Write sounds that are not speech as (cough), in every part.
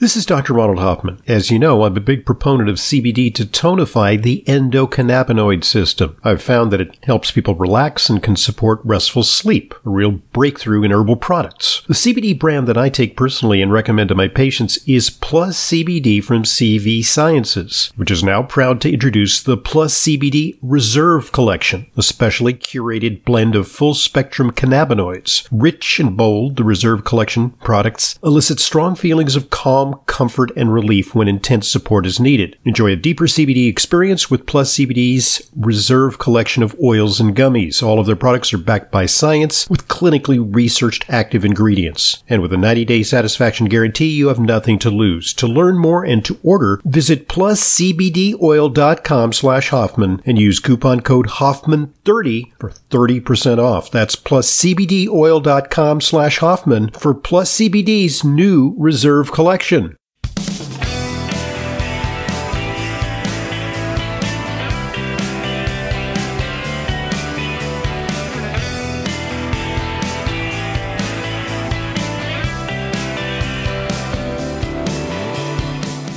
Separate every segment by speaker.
Speaker 1: This is Dr. Ronald Hoffman. As you know, I'm a big proponent of CBD to tonify the endocannabinoid system. I've found that it helps people relax and can support restful sleep, a real breakthrough in herbal products. The CBD brand that I take personally and recommend to my patients is Plus CBD from CV Sciences, which is now proud to introduce the Plus CBD Reserve Collection, a specially curated blend of full spectrum cannabinoids. Rich and bold, the Reserve Collection products elicit strong feelings of calm comfort, and relief when intense support is needed. Enjoy a deeper CBD experience with Plus CBD's reserve collection of oils and gummies. All of their products are backed by science with clinically researched active ingredients. And with a 90 day satisfaction guarantee, you have nothing to lose. To learn more and to order, visit pluscbdoil.com slash Hoffman and use coupon code Hoffman30 for 30% off. That's pluscbdoil.com slash Hoffman for Plus CBD's new reserve collection.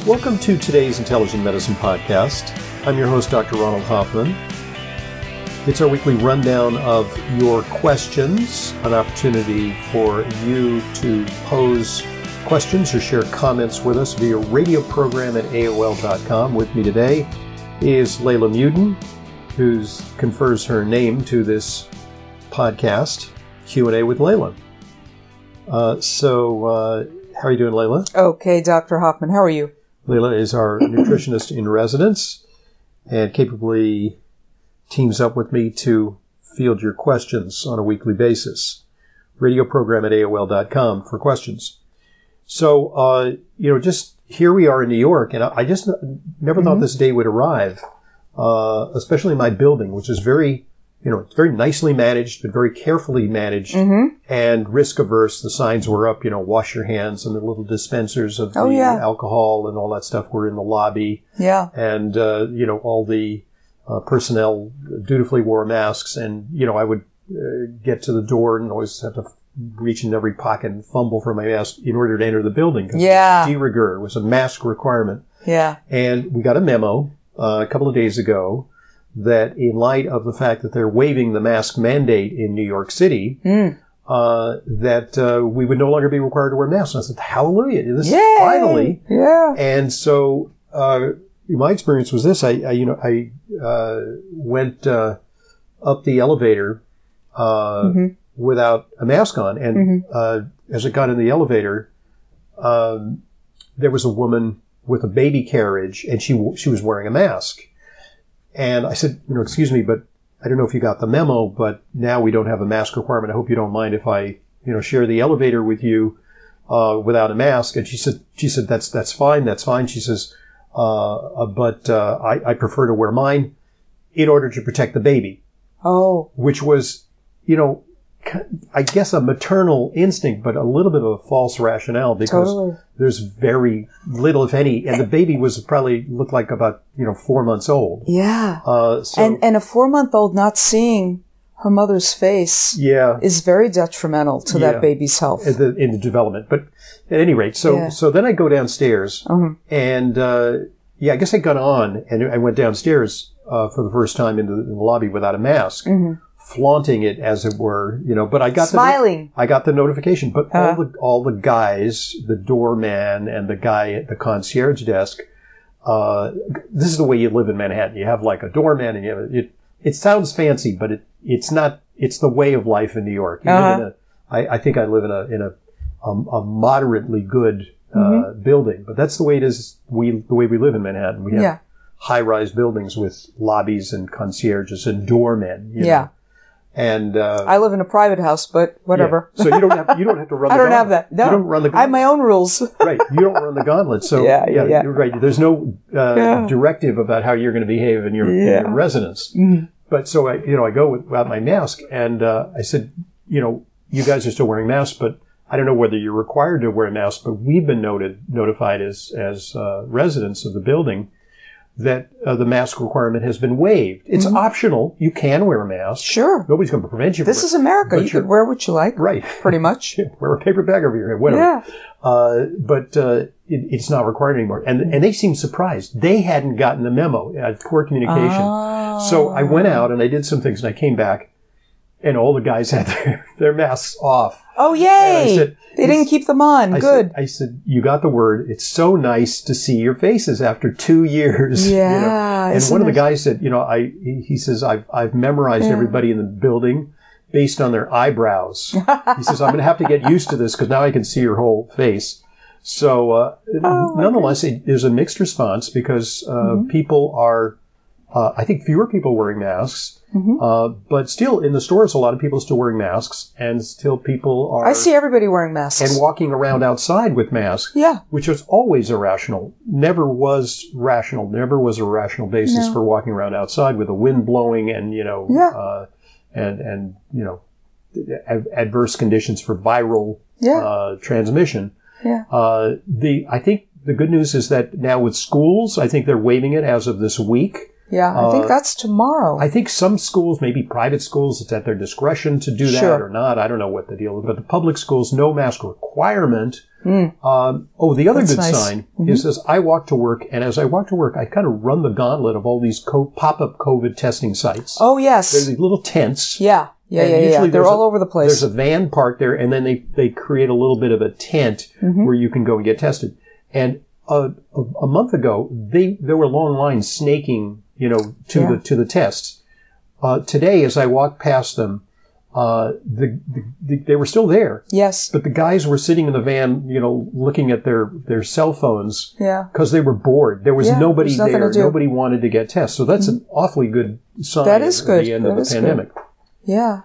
Speaker 1: Welcome to today's Intelligent Medicine Podcast. I'm your host, Dr. Ronald Hoffman. It's our weekly rundown of your questions, an opportunity for you to pose questions or share comments with us via radio program at AOL.com. With me today is Layla Muden, who confers her name to this podcast, Q&A with Layla. Uh, so, uh, how are you doing, Layla?
Speaker 2: Okay, Dr. Hoffman, how are you?
Speaker 1: Layla is our nutritionist in residence and capably teams up with me to field your questions on a weekly basis. Radio program at AOL.com for questions. So, uh, you know, just here we are in New York, and I, I just never mm-hmm. thought this day would arrive, uh, especially my building, which is very, you know, it's very nicely managed, but very carefully managed mm-hmm. and risk averse. The signs were up, you know, wash your hands and the little dispensers of
Speaker 2: oh,
Speaker 1: the
Speaker 2: yeah.
Speaker 1: alcohol and all that stuff were in the lobby.
Speaker 2: Yeah.
Speaker 1: And, uh, you know, all the uh, personnel dutifully wore masks, and, you know, I would uh, get to the door and always have to reach in every pocket and fumble for my mask in order to enter the building.
Speaker 2: Yeah.
Speaker 1: De rigueur was a mask requirement.
Speaker 2: Yeah.
Speaker 1: And we got a memo uh, a couple of days ago that in light of the fact that they're waiving the mask mandate in New York City,
Speaker 2: mm.
Speaker 1: uh, that uh, we would no longer be required to wear masks. And I said, hallelujah. This
Speaker 2: Yay!
Speaker 1: finally.
Speaker 2: Yeah.
Speaker 1: And so, uh, my experience was this. I, I you know, I uh, went up the elevator uh,
Speaker 2: mm-hmm
Speaker 1: without a mask on. And
Speaker 2: mm-hmm.
Speaker 1: uh, as it got in the elevator, um, there was a woman with a baby carriage, and she w- she was wearing a mask. And I said, you know, excuse me, but I don't know if you got the memo, but now we don't have a mask requirement. I hope you don't mind if I, you know, share the elevator with you uh, without a mask. And she said, she said that's that's fine, that's fine. She says, uh, but I, I prefer to wear mine in order to protect the baby.
Speaker 2: Oh,
Speaker 1: which was, you know, I guess a maternal instinct, but a little bit of a false rationale because
Speaker 2: Totally.
Speaker 1: there's very little, if any, and the baby was probably looked like about you know four months old.
Speaker 2: yeah.
Speaker 1: Uh, so
Speaker 2: and and a four month old not seeing her mother's face
Speaker 1: yeah,
Speaker 2: is very detrimental to
Speaker 1: Yeah.
Speaker 2: that baby's health.
Speaker 1: in the, in the development. But at any rate, so
Speaker 2: Yeah.
Speaker 1: so then I go downstairs
Speaker 2: Mhm.
Speaker 1: and uh, yeah, I guess I got on and I went downstairs uh, for the first time into the, in the lobby without a mask, flaunting it as it were, you know. But I got the-
Speaker 2: Mm-hmm. Smiling.
Speaker 1: I got the notification, but
Speaker 2: Uh-huh.
Speaker 1: all the all the guys, the doorman and the guy at the concierge desk, uh, this is the way you live in Manhattan. You have like a doorman, and you have a, it. It sounds fancy, but it it's not. It's the way of life in New York. You live in
Speaker 2: Uh-huh.
Speaker 1: a- I, I think I live in a in a a, a moderately good uh,
Speaker 2: Mm-hmm.
Speaker 1: building, but that's the way it is. We the way we live in Manhattan. We have
Speaker 2: Yeah.
Speaker 1: high rise buildings with lobbies and concierges and doormen. you know.
Speaker 2: Yeah.
Speaker 1: and uh,
Speaker 2: I live in a private house, but whatever.
Speaker 1: yeah. So you don't have you don't have to run.
Speaker 2: (laughs) I
Speaker 1: the
Speaker 2: don't have
Speaker 1: gauntlet.
Speaker 2: that. No.
Speaker 1: You don't run the
Speaker 2: I have my own rules.
Speaker 1: right. You don't run the gauntlet. So
Speaker 2: (laughs) Yeah, yeah, yeah.
Speaker 1: you're right. There's no uh,
Speaker 2: Yeah.
Speaker 1: directive about how you're going to behave in your, in
Speaker 2: Yeah. Mm-hmm.
Speaker 1: your residence. But so I, you know, I go with, without my mask, and uh, I said, you know, you guys are still wearing masks, but I don't know whether you're required to wear masks. But we've been noted notified as as uh, residents of the building that uh, the mask requirement has been waived. It's
Speaker 2: Mm-hmm.
Speaker 1: optional. You can wear a mask.
Speaker 2: Sure.
Speaker 1: Nobody's going to prevent you.
Speaker 2: This
Speaker 1: from
Speaker 2: is America.
Speaker 1: but
Speaker 2: You
Speaker 1: you're-
Speaker 2: could wear what you like.
Speaker 1: right.
Speaker 2: Pretty much.
Speaker 1: wear a paper bag over your head, (laughs) whatever.
Speaker 2: yeah.
Speaker 1: Uh, but uh, it, it's not required anymore. And and they seemed surprised. They hadn't gotten the memo at Core Communication.
Speaker 2: Ah.
Speaker 1: So I went out and I did some things, and I came back, and all the guys (laughs) had their, their masks off.
Speaker 2: Oh,
Speaker 1: I
Speaker 2: yay.
Speaker 1: said-
Speaker 2: they didn't keep them on.
Speaker 1: I
Speaker 2: Good.
Speaker 1: Said, I said, "You got the word. It's so nice to see your faces after two years." (laughs) you know.
Speaker 2: Yeah,
Speaker 1: And
Speaker 2: isn't
Speaker 1: one of the
Speaker 2: it-
Speaker 1: guys said, "You know, I," he he says, "I've I've memorized
Speaker 2: Yeah.
Speaker 1: everybody in the building." Based on their eyebrows, he says, "I'm going to have to get used to this because now I can see your whole face." So,
Speaker 2: (laughs)
Speaker 1: uh,
Speaker 2: Oh,
Speaker 1: nonetheless, it, there's a mixed response because uh,
Speaker 2: Mm-hmm.
Speaker 1: people are, uh, I think, fewer people wearing masks,
Speaker 2: Mm-hmm.
Speaker 1: uh, but still in the stores, a lot of people are still wearing masks, and still people are
Speaker 2: I see everybody wearing masks.
Speaker 1: and walking around outside with masks,
Speaker 2: yeah.
Speaker 1: which was always irrational. Never was rational. Never was a rational basis
Speaker 2: No.
Speaker 1: for walking around outside with the wind blowing and you know,
Speaker 2: Yeah.
Speaker 1: uh, and and you know, ad- adverse conditions for viral
Speaker 2: Yeah.
Speaker 1: uh, transmission.
Speaker 2: Yeah.
Speaker 1: Uh, the I think the good news is that now with schools, I think they're waiving it as of this week.
Speaker 2: yeah. I think
Speaker 1: uh,
Speaker 2: that's tomorrow.
Speaker 1: I think some schools, maybe private schools, it's at their discretion to do that
Speaker 2: Sure.
Speaker 1: or not. I don't know what the deal is, but the public schools, no mask requirement.
Speaker 2: Mm.
Speaker 1: Um, oh, the other
Speaker 2: That's
Speaker 1: good
Speaker 2: nice. Mm-hmm.
Speaker 1: sign is this. I walk to work, and as I walk to work, I kind of run the gauntlet of all these co- pop-up COVID testing sites.
Speaker 2: oh,
Speaker 1: There's
Speaker 2: yes.
Speaker 1: these little tents.
Speaker 2: Yeah. Yeah,
Speaker 1: and
Speaker 2: yeah, yeah.
Speaker 1: usually
Speaker 2: They're
Speaker 1: there's
Speaker 2: all
Speaker 1: a-
Speaker 2: over the place.
Speaker 1: There's a van parked there, and then they, they create a little bit of a tent
Speaker 2: Mm-hmm.
Speaker 1: where you can go and get tested. And uh, a, a month ago, they there were long lines snaking, you know, to
Speaker 2: Yeah.
Speaker 1: the to the tests. Uh, today, as I walked past them, uh, the, the, the, they were still there,
Speaker 2: yes.
Speaker 1: but the guys were sitting in the van, you know, looking at their their cell phones
Speaker 2: Yeah.
Speaker 1: because they were bored. There was
Speaker 2: Yeah,
Speaker 1: nobody
Speaker 2: there's nothing
Speaker 1: there.
Speaker 2: to do. Mm-hmm.
Speaker 1: Nobody wanted to get tests. So that's an awfully good sign.
Speaker 2: That is
Speaker 1: of
Speaker 2: good.
Speaker 1: The end
Speaker 2: That
Speaker 1: of
Speaker 2: is
Speaker 1: the
Speaker 2: good.
Speaker 1: pandemic.
Speaker 2: Yeah.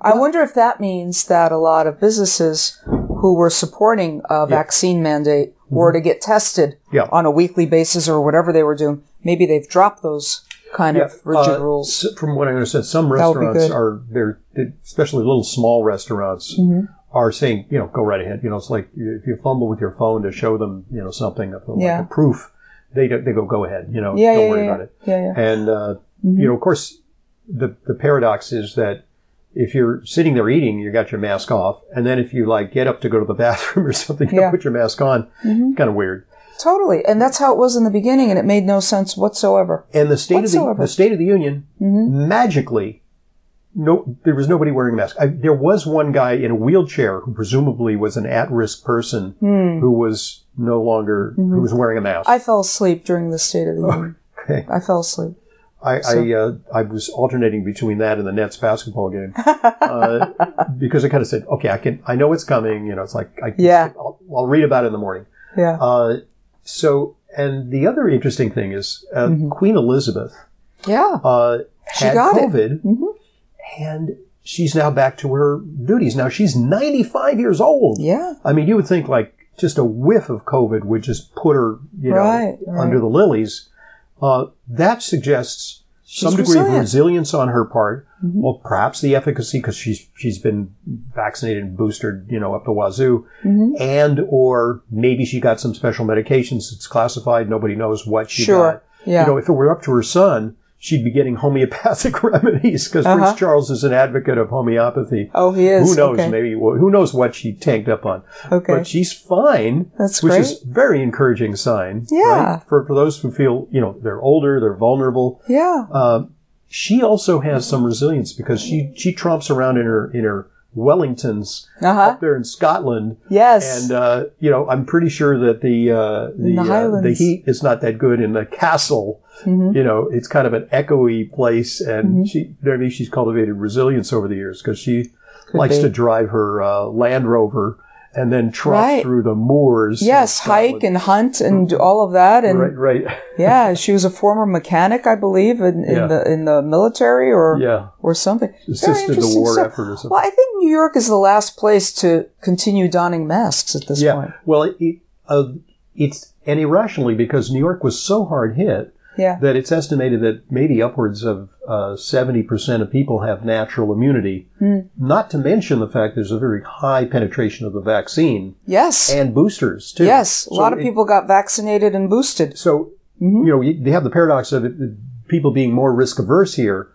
Speaker 2: I wonder if that means that a lot of businesses who were supporting a vaccine mandate were to get tested
Speaker 1: Mm-hmm. Yeah.
Speaker 2: on a weekly basis or whatever they were doing. Maybe they've dropped those kind of rigid
Speaker 1: uh,
Speaker 2: rules.
Speaker 1: s- From what I understand, some
Speaker 2: That would be
Speaker 1: restaurants
Speaker 2: good.
Speaker 1: are they're especially little small restaurants
Speaker 2: Mm-hmm.
Speaker 1: are saying you know go right ahead. You know, it's like you- if you fumble with your phone to show them you know something of- like
Speaker 2: Yeah.
Speaker 1: a proof, they don't- they go go ahead. You know,
Speaker 2: Yeah,
Speaker 1: don't
Speaker 2: yeah,
Speaker 1: worry
Speaker 2: yeah,
Speaker 1: about
Speaker 2: yeah.
Speaker 1: it.
Speaker 2: Yeah, yeah. Mm-hmm.
Speaker 1: And uh, you know, of course, the the paradox is that if you're sitting there eating, you got your mask off, and then if you like get up to go to the (laughs) bathroom or something, you
Speaker 2: Yeah. Mm-hmm.
Speaker 1: put your mask on. Kind of weird.
Speaker 2: Totally. And that's how it was in the beginning, and it made no sense whatsoever.
Speaker 1: And the state of
Speaker 2: Whatsoever. Mm-hmm.
Speaker 1: the the state of the union magically. No, there was nobody wearing a mask. I, there was one guy in a wheelchair who presumably was an at-risk person who was no longer who was wearing a mask.
Speaker 2: Hmm. Mm-hmm. I fell asleep during the State
Speaker 1: (laughs)
Speaker 2: of the Union.
Speaker 1: okay.
Speaker 2: I fell asleep.
Speaker 1: I I, uh, I was alternating between that and the Nets basketball
Speaker 2: (laughs)
Speaker 1: game uh, because I kind of said, okay, I can I know it's coming. You know, it's like I
Speaker 2: Yeah.
Speaker 1: I'll, I'll read about it in the morning.
Speaker 2: Yeah.
Speaker 1: Uh, so, and the other interesting thing is uh,
Speaker 2: Mm-hmm.
Speaker 1: Queen Elizabeth
Speaker 2: Yeah.
Speaker 1: uh,
Speaker 2: She
Speaker 1: had
Speaker 2: got it. Mm-hmm.
Speaker 1: COVID, and she's now back to her duties. Now she's 95 years old.
Speaker 2: Yeah.
Speaker 1: I mean, you would think like just a whiff of COVID would just put her, you know,
Speaker 2: Right, right.
Speaker 1: under the lilies. Uh, that suggests some degree of
Speaker 2: resilient. Mm-hmm.
Speaker 1: resilience on her part. Well, perhaps the efficacy because she's she's been vaccinated and boosted, you know, up the wazoo,
Speaker 2: Mm-hmm.
Speaker 1: and or maybe she got some special medications. It's classified; nobody knows what she
Speaker 2: Sure,
Speaker 1: got.
Speaker 2: yeah.
Speaker 1: You know, if it were up to her son, she'd be getting homeopathic (laughs) remedies because
Speaker 2: Uh-huh.
Speaker 1: Prince Charles is an advocate of homeopathy.
Speaker 2: Oh, he is.
Speaker 1: Who knows?
Speaker 2: Okay.
Speaker 1: Maybe well, who knows what she tanked up on?
Speaker 2: Okay.
Speaker 1: But she's fine.
Speaker 2: That's
Speaker 1: which
Speaker 2: great.
Speaker 1: is very encouraging sign.
Speaker 2: Yeah.
Speaker 1: right? For for those who feel you know they're older, they're vulnerable.
Speaker 2: Yeah.
Speaker 1: Uh, she also has some resilience because she she tromps around in her in her Wellingtons
Speaker 2: Uh-huh.
Speaker 1: up there in Scotland.
Speaker 2: Yes.
Speaker 1: And uh, you know, I'm pretty sure that the uh, the,
Speaker 2: the
Speaker 1: uh, the
Speaker 2: Highlands. Mm-hmm.
Speaker 1: heat is not that good in the castle. You know, it's kind of an echoey place, and she maybe she's cultivated resilience over the years because she likes
Speaker 2: be.
Speaker 1: to drive her uh, Land Rover and then trot
Speaker 2: Right.
Speaker 1: through the moors. of
Speaker 2: yes. Hike
Speaker 1: Scotland.
Speaker 2: and hunt and do all of that. And
Speaker 1: Mm-hmm. right, right,
Speaker 2: (laughs) yeah, she was a former mechanic, I believe, in, in
Speaker 1: Yeah.
Speaker 2: the in the military or
Speaker 1: yeah,
Speaker 2: or something. Very
Speaker 1: assisted the
Speaker 2: interesting
Speaker 1: war
Speaker 2: stuff.
Speaker 1: effort or something.
Speaker 2: Well, I think New York is the last place to continue donning masks at this
Speaker 1: yeah,
Speaker 2: point.
Speaker 1: well, it, it, uh, it's and irrationally because New York was so hard hit.
Speaker 2: Yeah.
Speaker 1: that it's estimated that maybe upwards of uh, 70% of people have natural immunity,
Speaker 2: Hmm.
Speaker 1: not to mention the fact there's a very high penetration of the vaccine
Speaker 2: yes.
Speaker 1: and boosters, too.
Speaker 2: Yes.
Speaker 1: So
Speaker 2: A lot of
Speaker 1: it-
Speaker 2: people got vaccinated and boosted.
Speaker 1: So
Speaker 2: Mhm.
Speaker 1: you know, you- they have the paradox of it, the people being more risk averse here,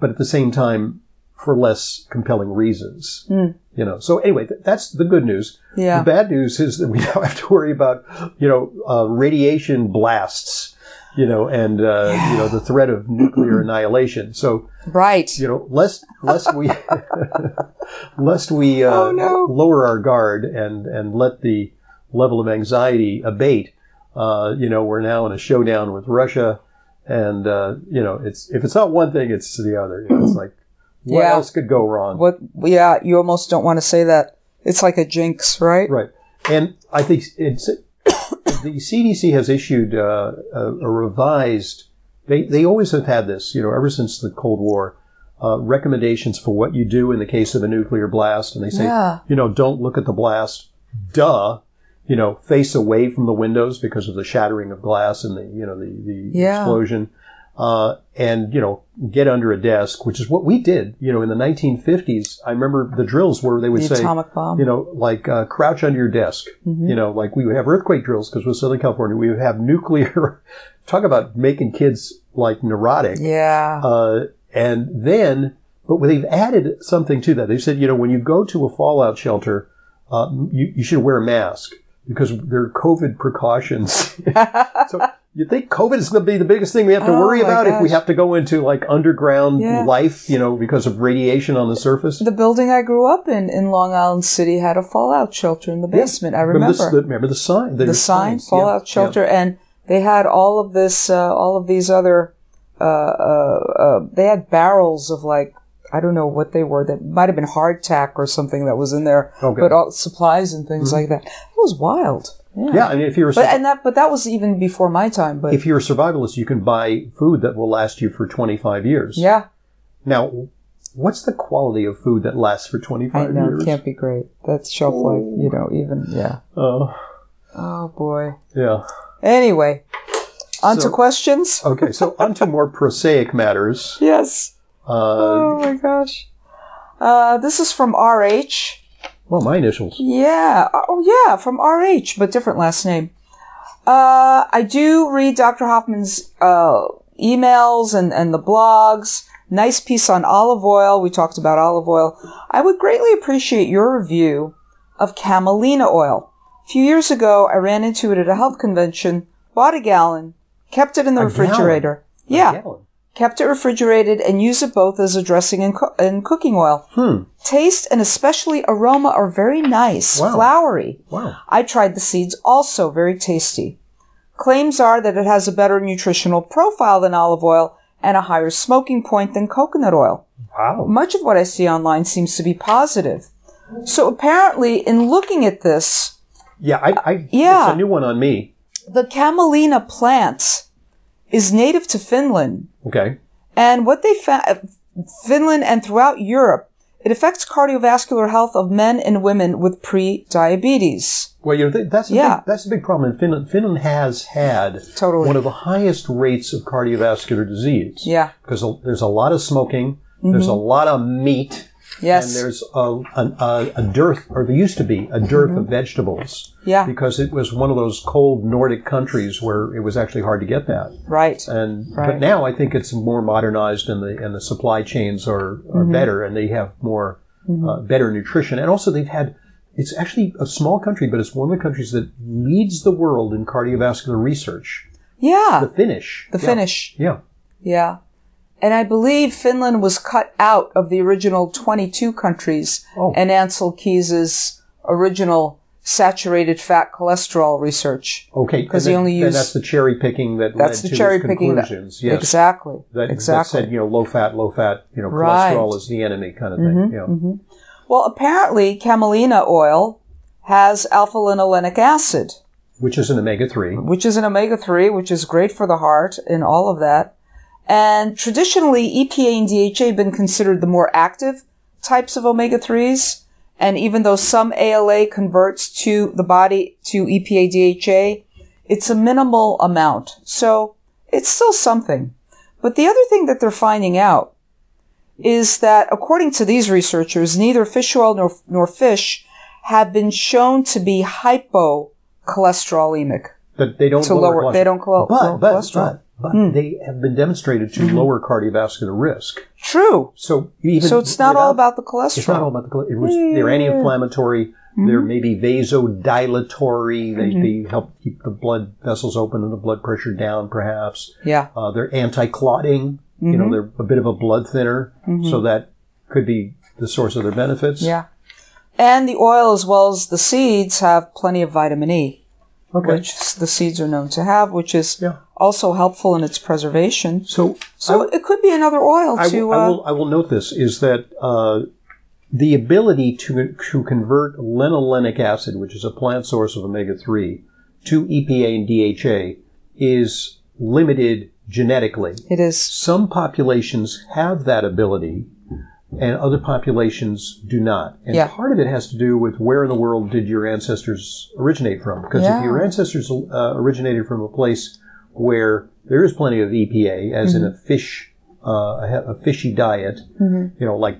Speaker 1: but at the same time, for less compelling reasons.
Speaker 2: Hmm.
Speaker 1: You know, so anyway, th- that's the good news.
Speaker 2: Yeah.
Speaker 1: The bad news is that we (laughs) now have to worry about, you know, uh, radiation blasts, you know, and, uh, you know, the threat of
Speaker 2: (clears throat)
Speaker 1: nuclear annihilation. So,
Speaker 2: Right.
Speaker 1: you know, lest, lest we, (laughs) lest we, uh,
Speaker 2: Oh, no.
Speaker 1: lower our guard and, and let the level of anxiety abate, uh, you know, we're now in a showdown with Russia. And, uh, you know, it's, if it's not one thing, it's the other. You know,
Speaker 2: (clears throat)
Speaker 1: it's like, what
Speaker 2: Yeah.
Speaker 1: else could go wrong?
Speaker 2: What? Yeah, you almost don't want to say that. It's like a jinx, right?
Speaker 1: Right. And I think it's the CDC has issued uh, a, a revised. They they always have had this, you know, ever since the Cold War. Uh, recommendations for what you do in the case of a nuclear blast, and they say,
Speaker 2: Yeah.
Speaker 1: you know, don't look at the blast. Duh. You know, face away from the windows because of the shattering of glass and the you know the the
Speaker 2: Yeah.
Speaker 1: explosion. Uh, and you know, get under a desk, which is what we did. You know, in the 1950s, I remember the drills where they would
Speaker 2: The
Speaker 1: say,
Speaker 2: atomic bomb.
Speaker 1: you know, like uh, crouch under your desk.
Speaker 2: Mm-hmm.
Speaker 1: You know, like we would have earthquake drills because with Southern California, we would have nuclear. (laughs) talk about making kids like neurotic.
Speaker 2: Yeah.
Speaker 1: Uh, and then, but they've added something to that. They said, you know, when you go to a fallout shelter, uh, you, you should wear a mask because there are COVID precautions. (laughs) so you think COVID is going to be the biggest thing we have to
Speaker 2: Oh,
Speaker 1: worry
Speaker 2: my
Speaker 1: about if we
Speaker 2: gosh.
Speaker 1: have to go into like underground
Speaker 2: Yeah.
Speaker 1: life, you know, because of radiation on the surface?
Speaker 2: the building I grew up in in Long Island City had a fallout shelter in the basement. I remember.
Speaker 1: Remember, the, remember the sign.
Speaker 2: the
Speaker 1: there's
Speaker 2: sign
Speaker 1: signs, yeah,
Speaker 2: fallout
Speaker 1: yeah.
Speaker 2: shelter and they had all of this uh, all of these other uh, uh, uh, they had barrels of like i don't know what they were that might have been hardtack or something that was in there
Speaker 1: Okay. Mm-hmm.
Speaker 2: but all supplies and things like that it was wild yeah,
Speaker 1: Yeah, I mean, if you're a,
Speaker 2: But,
Speaker 1: sur-
Speaker 2: and that, but that was even before my time. But
Speaker 1: if you're a survivalist, you can buy food that will last you for 25 years.
Speaker 2: yeah,
Speaker 1: Now, what's the quality of food that lasts for
Speaker 2: I
Speaker 1: 25
Speaker 2: know
Speaker 1: years?
Speaker 2: it can't be great. That's shelf life, you know. Even yeah.
Speaker 1: Oh,
Speaker 2: Oh boy.
Speaker 1: yeah.
Speaker 2: Anyway, on
Speaker 1: So-
Speaker 2: to questions.
Speaker 1: Okay, so (laughs) onto more prosaic matters.
Speaker 2: Yes.
Speaker 1: Uh,
Speaker 2: Oh my gosh. Uh, this is from RH.
Speaker 1: well, my initials.
Speaker 2: Yeah. Oh, yeah. From RH, but different last name. Uh, I do read Dr. Hoffman's uh, emails and, and the blogs. Nice piece on olive oil. We talked about olive oil. I would greatly appreciate your review of camelina oil. A few years ago, I ran into it at a health convention, bought a gallon, kept it in the
Speaker 1: A
Speaker 2: refrigerator. Yeah, kept it refrigerated and used it both as a dressing and, co- and cooking oil.
Speaker 1: Hmm.
Speaker 2: Taste and especially aroma are very nice,
Speaker 1: Wow.
Speaker 2: flowery.
Speaker 1: Wow.
Speaker 2: I tried the seeds also, very tasty. Claims are that it has a better nutritional profile than olive oil and a higher smoking point than coconut oil.
Speaker 1: Wow.
Speaker 2: Much of what I see online seems to be positive. So apparently, in looking at this,
Speaker 1: Yeah, I, I
Speaker 2: Yeah.
Speaker 1: It's a new one on me.
Speaker 2: the camelina plant is native to Finland,
Speaker 1: Okay.
Speaker 2: And what they found, Finland and throughout Europe, it affects cardiovascular health of men and women with pre-diabetes.
Speaker 1: Well, you know, th- that's a
Speaker 2: Yeah.
Speaker 1: big, that's a big problem in Finland. Finland has had
Speaker 2: Totally.
Speaker 1: one of the highest rates of cardiovascular disease.
Speaker 2: Yeah.
Speaker 1: because a- there's a lot of smoking, there's a lot of meat, and
Speaker 2: Mm-hmm. Yes.
Speaker 1: there's a, an- a, a dearth, or there used to be a dearth
Speaker 2: Mm-hmm.
Speaker 1: of vegetables.
Speaker 2: Yeah.
Speaker 1: Because it was one of those cold Nordic countries where it was actually hard to get that.
Speaker 2: Right.
Speaker 1: And but
Speaker 2: Right.
Speaker 1: now I think it's more modernized, and the and the supply chains are, are
Speaker 2: Mm-hmm.
Speaker 1: better, and they have more uh, better nutrition, and also they've had. It's actually a small country, but it's one of the countries that leads the world in cardiovascular research.
Speaker 2: Yeah.
Speaker 1: The Finnish.
Speaker 2: Ah. The
Speaker 1: Yeah.
Speaker 2: Finnish.
Speaker 1: Yeah.
Speaker 2: Yeah. And I believe Finland was cut out of the original 22 countries
Speaker 1: Oh.
Speaker 2: and Ansel Keys's original saturated fat cholesterol research.
Speaker 1: Okay,
Speaker 2: 'Cause
Speaker 1: and
Speaker 2: you
Speaker 1: that-
Speaker 2: only
Speaker 1: then
Speaker 2: use-
Speaker 1: that's the cherry picking that
Speaker 2: That's
Speaker 1: led
Speaker 2: the
Speaker 1: to
Speaker 2: cherry
Speaker 1: his
Speaker 2: picking. That,
Speaker 1: conclusions. yes,
Speaker 2: Exactly.
Speaker 1: That, that
Speaker 2: exactly.
Speaker 1: said, you know, low fat, low fat, you know,
Speaker 2: Right. Mm-hmm.
Speaker 1: cholesterol is the enemy kind of thing. yeah.
Speaker 2: well, apparently camelina oil has alpha linolenic acid.
Speaker 1: which is an omega three.
Speaker 2: which is an omega 3, which is great for the heart and all of that. And traditionally, EPA and DHA have been considered the more active types of omega 3s. And even though some ALA converts to the body to E EPA DHA, it's a minimal amount. So it's still something. But the other thing that they're finding out is that according to these researchers, neither fish oil nor, nor fish have been shown to be hypocholesterolemic.
Speaker 1: that they don't
Speaker 2: To
Speaker 1: lower,
Speaker 2: lower-
Speaker 1: cholesterol.
Speaker 2: they don't clo- lower
Speaker 1: but, but,
Speaker 2: cholesterol. Hmm. Mm-hmm.
Speaker 1: But, but they have been demonstrated to lower cardiovascular risk.
Speaker 2: True.
Speaker 1: So even
Speaker 2: so it's not all
Speaker 1: without-
Speaker 2: about the cholesterol.
Speaker 1: It's not all about the cholesterol. It was, They're anti-inflammatory.
Speaker 2: Mm-hmm.
Speaker 1: They're maybe vasodilatory. They, they help keep the blood vessels open and the blood pressure down, perhaps.
Speaker 2: yeah.
Speaker 1: Uh, they're anti-clotting. You
Speaker 2: Mm-hmm.
Speaker 1: know, they're a bit of a blood thinner, so that could be the source of their benefits.
Speaker 2: Yeah. And the oil as well as the seeds have plenty of vitamin E,
Speaker 1: Okay.
Speaker 2: which s- the seeds are known to have, which is
Speaker 1: Yeah.
Speaker 2: also helpful in its preservation.
Speaker 1: so
Speaker 2: So it could be another oil
Speaker 1: I,
Speaker 2: to.
Speaker 1: will, I
Speaker 2: uh,
Speaker 1: will. I will note this is that uh, the ability to to convert linolenic acid, which is a plant source of omega three, to EPA and DHA is limited genetically.
Speaker 2: it
Speaker 1: (laughs)
Speaker 2: is.
Speaker 1: Some populations have that ability, and other populations do not. And
Speaker 2: Yeah.
Speaker 1: part of it has to do with where in the world did your ancestors originate from? Because
Speaker 2: Yeah.
Speaker 1: if your ancestors uh, originated from a place where there is plenty of EPA, as in
Speaker 2: Mm-hmm.
Speaker 1: a fish, uh, a he- a fishy diet, you know, like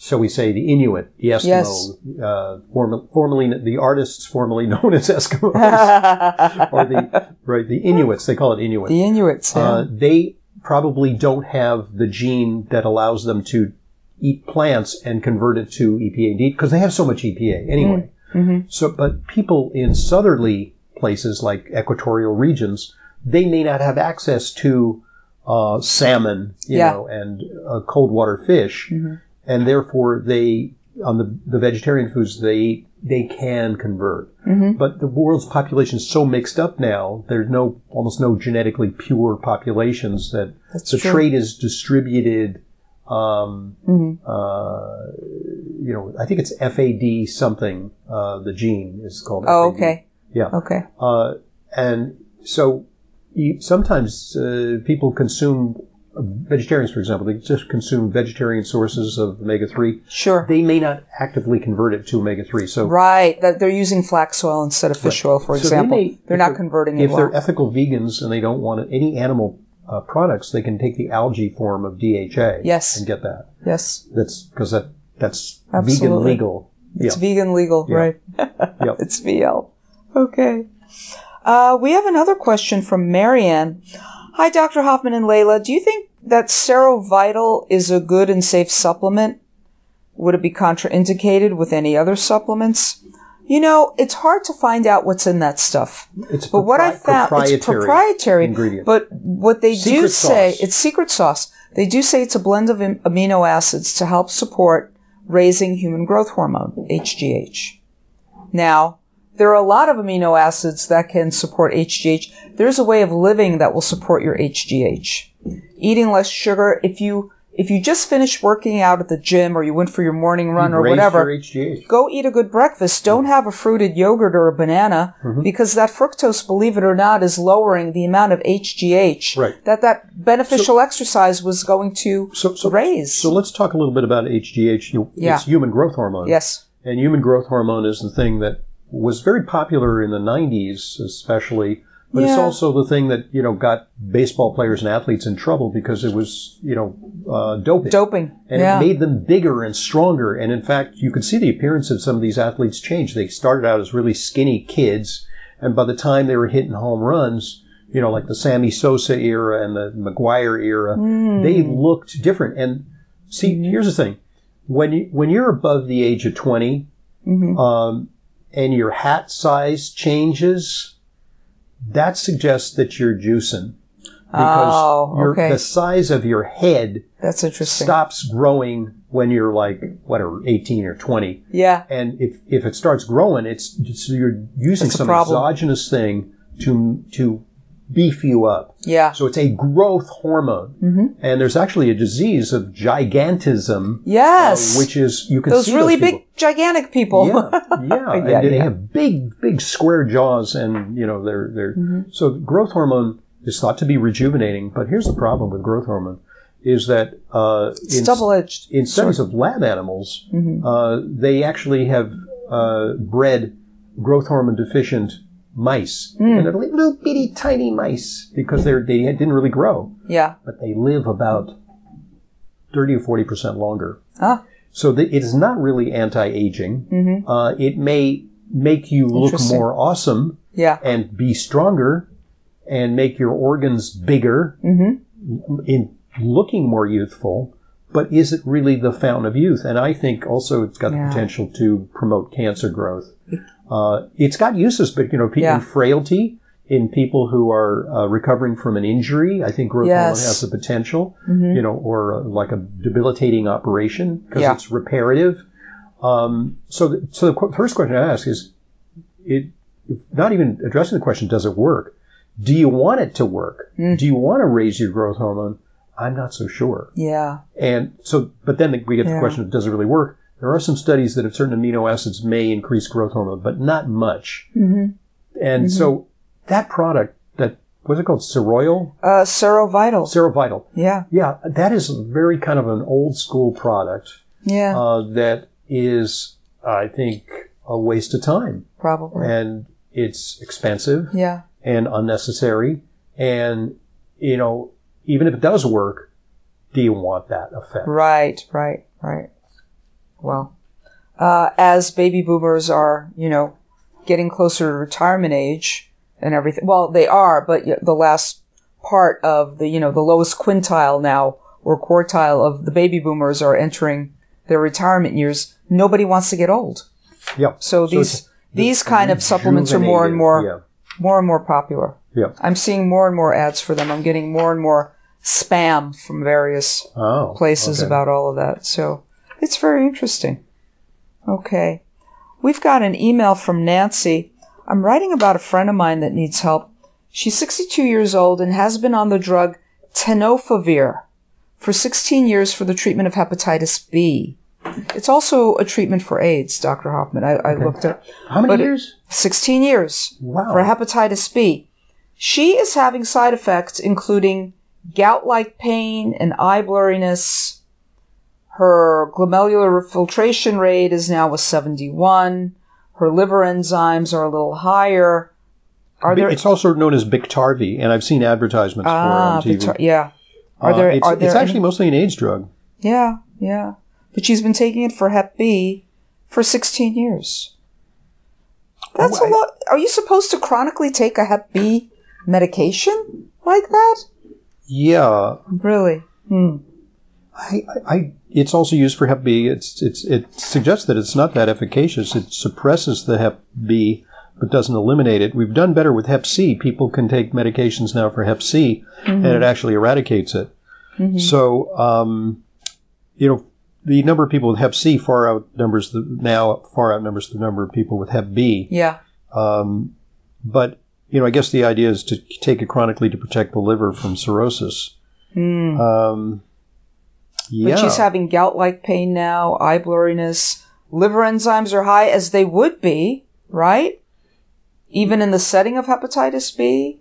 Speaker 1: shall we say the Inuit, the Eskimo,
Speaker 2: Mm-hmm. Yes.
Speaker 1: uh, form- formerly the artists formerly (laughs) known as Eskimos,
Speaker 2: the
Speaker 1: or the right the Inuits, they call it Inuit.
Speaker 2: Inuits. yeah.
Speaker 1: Uh, they probably don't have the gene that allows them to eat plants and convert it to E EPA D because they have so much EPA anyway. So, but people in southerly places like equatorial regions, they may not have access to uh, salmon, you
Speaker 2: Yeah.
Speaker 1: know, and uh, cold water fish, and therefore they on the, the vegetarian foods they eat, they can convert. But the world's population is so mixed up now. There's no almost no genetically pure populations that
Speaker 2: That's
Speaker 1: the
Speaker 2: true.
Speaker 1: trait is distributed. Um,
Speaker 2: Mm-hmm.
Speaker 1: uh, you know, I think it's FAD something. Uh, the gene is called.
Speaker 2: oh,
Speaker 1: FAD.
Speaker 2: okay.
Speaker 1: Yeah.
Speaker 2: Okay.
Speaker 1: Uh, and so you, sometimes uh, people consume uh, vegetarians, for example, they just consume vegetarian sources of omega three.
Speaker 2: Sure.
Speaker 1: They may not actively convert it to omega three. So
Speaker 2: Right, that they're using flax oil instead of fish oil, for
Speaker 1: So they
Speaker 2: example.
Speaker 1: may-
Speaker 2: they are
Speaker 1: if
Speaker 2: not converting it.
Speaker 1: if they're
Speaker 2: Well.
Speaker 1: ethical vegans and they don't want any animal uh, products, they can take the algae form of DHA.
Speaker 2: Yes.
Speaker 1: and get that.
Speaker 2: Yes,
Speaker 1: That's because that that's vegan
Speaker 2: Absolutely.
Speaker 1: legal.
Speaker 2: it's vegan legal, right?
Speaker 1: Yep.
Speaker 2: (laughs) It's VL. Okay. Uh, we have another question from Marianne. Hi, Dr. Hoffman and Layla. Do you think that Serovital is a good and safe supplement? Would it be contraindicated with any other supplements? You know, it's hard to find out what's in that stuff.
Speaker 1: It's
Speaker 2: But what I
Speaker 1: propri-
Speaker 2: found, it's proprietary
Speaker 1: ingredient.
Speaker 2: But what they do
Speaker 1: Secret
Speaker 2: say,
Speaker 1: sauce.
Speaker 2: it's secret sauce. They do say it's a blend of am- amino acids to help support raising human growth hormone, HGH. Now, there are a lot of amino acids that can support HGH. There's a way of living that will support your HGH. Eating less sugar. If you, if you just finished working out at the gym or you went for your morning run or
Speaker 1: Raise
Speaker 2: whatever,
Speaker 1: your HGH.
Speaker 2: go eat a good breakfast. Don't have a fruited yogurt or a banana
Speaker 1: Mm-hmm.
Speaker 2: because that fructose, believe it or not, is lowering the amount of HGH
Speaker 1: Right.
Speaker 2: that that beneficial exercise was going to
Speaker 1: So, so,
Speaker 2: raise.
Speaker 1: so let's talk a little bit about HGH. You-
Speaker 2: Yeah.
Speaker 1: It's human growth hormone.
Speaker 2: yes.
Speaker 1: And human growth hormone is the thing that was very popular in the 90s, especially. But it's
Speaker 2: Yeah.
Speaker 1: also the thing that, you know, got baseball players and athletes in trouble because it was, you know, uh, doping.
Speaker 2: Doping.
Speaker 1: and
Speaker 2: yeah.
Speaker 1: it made them bigger and stronger. And in fact, you could see the appearance of some of these athletes change. They started out as really skinny kids, and by the time they were hitting home runs, you know, like the Sammy Sosa era and the McGuire era,
Speaker 2: Hmm.
Speaker 1: they looked different. And see,
Speaker 2: Mm-hmm.
Speaker 1: here's the thing: when you, when you're above the age of 20
Speaker 2: Mm-hmm.
Speaker 1: um, and your hat size changes, that suggests that you're juicing. Because
Speaker 2: Oh,
Speaker 1: your-
Speaker 2: okay.
Speaker 1: the size of your head
Speaker 2: That's interesting.
Speaker 1: stops growing when you're like whatever 18 or 20
Speaker 2: Yeah.
Speaker 1: and if if it starts growing it's, it's you're using
Speaker 2: It's a
Speaker 1: some
Speaker 2: problem.
Speaker 1: exogenous thing to to beef you up
Speaker 2: Yeah.
Speaker 1: so it's a growth hormone
Speaker 2: Mm-hmm.
Speaker 1: and there's actually a disease of gigantism uh,
Speaker 2: Yes.
Speaker 1: which is you can
Speaker 2: those
Speaker 1: see
Speaker 2: really
Speaker 1: people.
Speaker 2: big, gigantic people. (laughs)
Speaker 1: yeah, yeah. And
Speaker 2: Yeah,
Speaker 1: they
Speaker 2: yeah.
Speaker 1: have big, big square jaws, and you know they're they're.
Speaker 2: Mm-hmm.
Speaker 1: So growth hormone is thought to be rejuvenating, but here's the problem with growth hormone: is that uh,
Speaker 2: it's
Speaker 1: in-
Speaker 2: double edged.
Speaker 1: in studies of lab animals,
Speaker 2: Mm-hmm.
Speaker 1: uh, they actually have uh, bred growth hormone deficient mice,
Speaker 2: Hmm.
Speaker 1: and they're like little bitty tiny mice because they're, they didn't really grow,
Speaker 2: Yeah.
Speaker 1: but they live about thirty or forty percent longer.
Speaker 2: Ah. Mm-hmm.
Speaker 1: So the, it is not really anti-aging. Uh, it may make you look
Speaker 2: Interesting.
Speaker 1: more awesome,
Speaker 2: Yeah.
Speaker 1: and be stronger and make your organs bigger
Speaker 2: Mhm.
Speaker 1: in looking more youthful. But is it really the fountain of youth? And I think also it's got
Speaker 2: Yeah.
Speaker 1: the potential to promote cancer growth. Uh, it's got uses, but you know, people
Speaker 2: Yeah.
Speaker 1: in frailty, in people who are uh, recovering from an injury, I think growth hormone
Speaker 2: Yes.
Speaker 1: has the potential.
Speaker 2: Mhm.
Speaker 1: You know, or uh, like a debilitating operation because
Speaker 2: Yeah.
Speaker 1: it's reparative. Um, so, the, so the qu- first question I ask is, it not even addressing the question, does it work? Do you want it to work?
Speaker 2: Mm.
Speaker 1: Do you want to raise your growth hormone? I'm not so sure.
Speaker 2: Yeah.
Speaker 1: And so, but then we get to
Speaker 2: Yeah.
Speaker 1: the question of does it really work? There are some studies that have certain amino acids may increase growth hormone, but not much.
Speaker 2: Mhm.
Speaker 1: And so that product that, what's it called? Seroyal?
Speaker 2: Uh, Serovital.
Speaker 1: Serovital.
Speaker 2: yeah.
Speaker 1: Yeah, that is very kind of an old school product
Speaker 2: Yeah.
Speaker 1: uh, that is, I think, a waste of time.
Speaker 2: probably.
Speaker 1: And it's expensive
Speaker 2: Yeah.
Speaker 1: and unnecessary. And, you know, even if it does work, do you want that effect?
Speaker 2: Right. Right. Right. Well, uh, as baby boomers are, you know, getting closer to retirement age and everything. Well, they are, but y- the last part of the, you know, the lowest quintile now or quartile of the baby boomers are entering their retirement years. Nobody wants to get old.
Speaker 1: Yeah.
Speaker 2: So these,
Speaker 1: it's-
Speaker 2: these kind of supplements are more and more
Speaker 1: Rejuvenated,
Speaker 2: more and more popular.
Speaker 1: Yeah.
Speaker 2: I'm seeing more and more ads for them. I'm getting more and more spam from various
Speaker 1: Yeah. Oh,
Speaker 2: places
Speaker 1: okay.
Speaker 2: about all of that. So it's very interesting. Okay. We've got an email from Nancy. I'm writing about a friend of mine that needs help. She's 62 years old and has been on the drug tenofovir for 16 years for the treatment of hepatitis B. It's also a treatment for AIDS, Dr. Hoffman. I, I looked at
Speaker 1: How many
Speaker 2: but it-
Speaker 1: years?
Speaker 2: 16 years
Speaker 1: wow.
Speaker 2: for Oh. hepatitis B. She is having side effects including gout-like pain and eye blurriness. Her glomerular filtration rate is now a 71. Her liver enzymes are a little higher. Are there
Speaker 1: it's also known as Biktarvy, and I've seen advertisements
Speaker 2: ah,
Speaker 1: for it on TV.
Speaker 2: Victor- yeah. Are
Speaker 1: Uh,
Speaker 2: there
Speaker 1: it's,
Speaker 2: are there
Speaker 1: it's
Speaker 2: any-
Speaker 1: actually mostly an AIDS drug.
Speaker 2: Yeah, yeah. But she's been taking it for hep B for 16 years. That's
Speaker 1: Oh,
Speaker 2: a
Speaker 1: I-
Speaker 2: lot. Are you supposed to chronically take a hep B medication like that?
Speaker 1: Yeah,
Speaker 2: Really? Hmm.
Speaker 1: I, I- I, it's also used for Hep B. It's, it's, it suggests that it's not that efficacious. It suppresses the Hep B, but doesn't eliminate it. We've done better with Hep C. People can take medications now for Hep C, and it actually eradicates it. So, um, you know, the number of people with Hep C far outnumbers the now far outnumbers the number of people with Hep B.
Speaker 2: Yeah.
Speaker 1: Um, but you know, I guess the idea is to take it chronically to protect the liver from cirrhosis.
Speaker 2: Hmm.
Speaker 1: Um, yeah.
Speaker 2: But she's having gout like pain now, eye blurriness. Liver enzymes are high as they would be, right? Even in the setting of hepatitis B.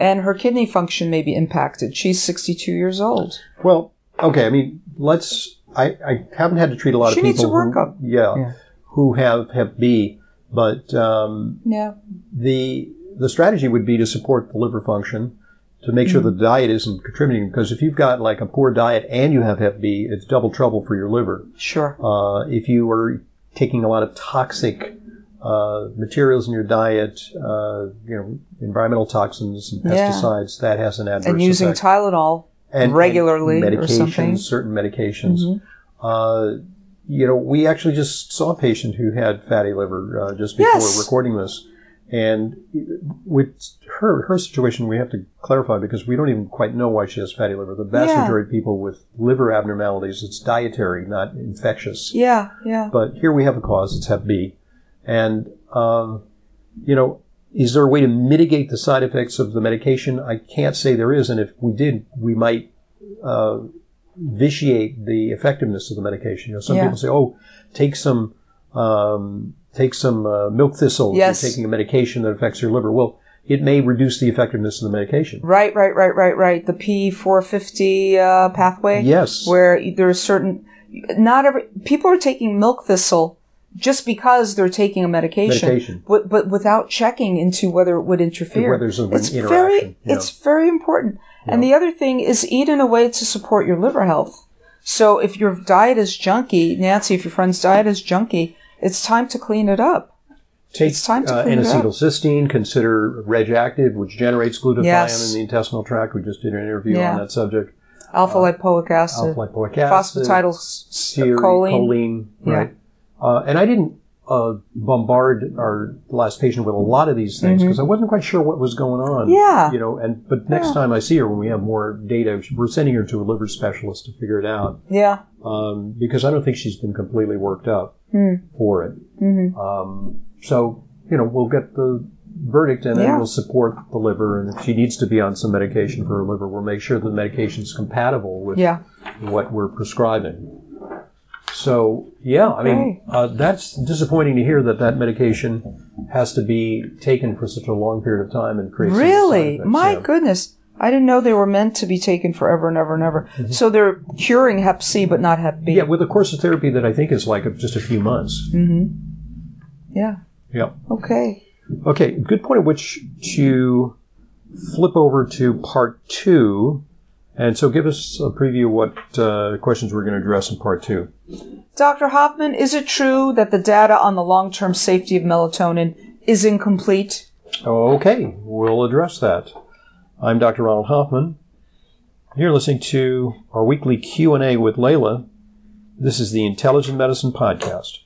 Speaker 2: And her kidney function may be impacted. She's 62 years old.
Speaker 1: Well, okay. I mean, let's. I, I haven't had to treat a lot
Speaker 2: She
Speaker 1: of people
Speaker 2: needs a
Speaker 1: who,
Speaker 2: workup.
Speaker 1: Yeah,
Speaker 2: Yeah.
Speaker 1: who have Hep B, but um,
Speaker 2: Yeah.
Speaker 1: the the strategy would be to support the liver function to make sure the
Speaker 2: Mm.
Speaker 1: diet isn't contributing. Because if you've got like a poor diet and you have Hep B, it's double trouble for your liver.
Speaker 2: Sure.
Speaker 1: Uh, if you are taking a lot of toxic uh, materials in your diet, uh, you know, environmental toxins and
Speaker 2: Yeah.
Speaker 1: pesticides, that has an adverse
Speaker 2: And using
Speaker 1: effect
Speaker 2: Tylenol. regularly or
Speaker 1: medications,
Speaker 2: something.
Speaker 1: certain medications.
Speaker 2: Mm-hmm.
Speaker 1: Uh, you know, we actually just saw a patient who had fatty liver uh, just before
Speaker 2: Yes.
Speaker 1: recording this, and with her her situation, we have to clarify because we don't even quite know why she has fatty liver. The vast
Speaker 2: Yeah.
Speaker 1: majority of people with liver abnormalities, it's dietary, not infectious.
Speaker 2: Yeah, yeah.
Speaker 1: But here we have a cause. It's Hep B, and um, you know, is there a way to mitigate the side effects of the medication? I can't say there is, and if we did, we might uh, vitiate the effectiveness of the medication. You know, some
Speaker 2: Yeah.
Speaker 1: people say, "Oh, take some." Um, Take some uh, milk thistle. if
Speaker 2: Yes.
Speaker 1: You're taking a medication that affects your liver. Well, it may reduce the effectiveness of the medication.
Speaker 2: Right, right, right, right, right. The P450 uh, pathway.
Speaker 1: Yes.
Speaker 2: Where there are certain, not every, people are taking milk thistle just because they're taking a medication,
Speaker 1: Medication.
Speaker 2: But, but without checking into whether it would interfere.
Speaker 1: Whether there's an
Speaker 2: it's
Speaker 1: interaction,
Speaker 2: Very,
Speaker 1: yeah.
Speaker 2: It's very important. And the other thing is eat in a way to support your liver health. So if your diet is junky, Nancy, if your friend's diet is junky, it's time to clean it up.
Speaker 1: Take
Speaker 2: It's time to
Speaker 1: uh,
Speaker 2: clean it up.
Speaker 1: N-acetylcysteine, consider Reg Active, which generates glutathione
Speaker 2: Yes.
Speaker 1: in the intestinal tract. We just did an interview
Speaker 2: Yeah.
Speaker 1: on that subject.
Speaker 2: Alpha
Speaker 1: Uh,
Speaker 2: lipoic acid,
Speaker 1: Alpha-lipoic acid,
Speaker 2: phosphatidylcholine.
Speaker 1: choline, right? Uh, and I didn't uh, bombard our last patient with a lot of these things because I wasn't quite sure what was going on.
Speaker 2: Mm-hmm. Yeah.
Speaker 1: you know. And but next
Speaker 2: Yeah.
Speaker 1: time I see her, when we have more data, we're sending her to a liver specialist to figure it out
Speaker 2: Yeah.
Speaker 1: um, because I don't think she's been completely worked up for it.
Speaker 2: hmm
Speaker 1: Um, so, you know, we'll get the verdict and then
Speaker 2: Yeah.
Speaker 1: we'll support the liver. And if she needs to be on some medication for her liver, we'll make sure the medication's compatible with
Speaker 2: Yeah.
Speaker 1: what we're prescribing. So, yeah, I mean,
Speaker 2: Great.
Speaker 1: uh, that's disappointing to hear that that medication has to be taken for such a long period of time and creates. some side
Speaker 2: Really?
Speaker 1: effects,
Speaker 2: My
Speaker 1: yeah.
Speaker 2: goodness. I didn't know they were meant to be taken forever and ever and ever.
Speaker 1: Mm-hmm.
Speaker 2: So they're curing hep C but not hep B.
Speaker 1: Yeah, with a course of therapy that I think is like just a few months.
Speaker 2: Mm-hmm. Yeah.
Speaker 1: Yeah.
Speaker 2: Okay.
Speaker 1: Okay, good point at which to flip over to part two. And so give us a preview of what uh, questions we're going to address in part two.
Speaker 2: Dr. Hoffman, is it true that the data on the long term safety of melatonin is incomplete?
Speaker 1: Okay, we'll address that. I'm Dr. Ronald Hoffman. You're listening to our weekly Q&A with Layla. This is the Intelligent Medicine Podcast.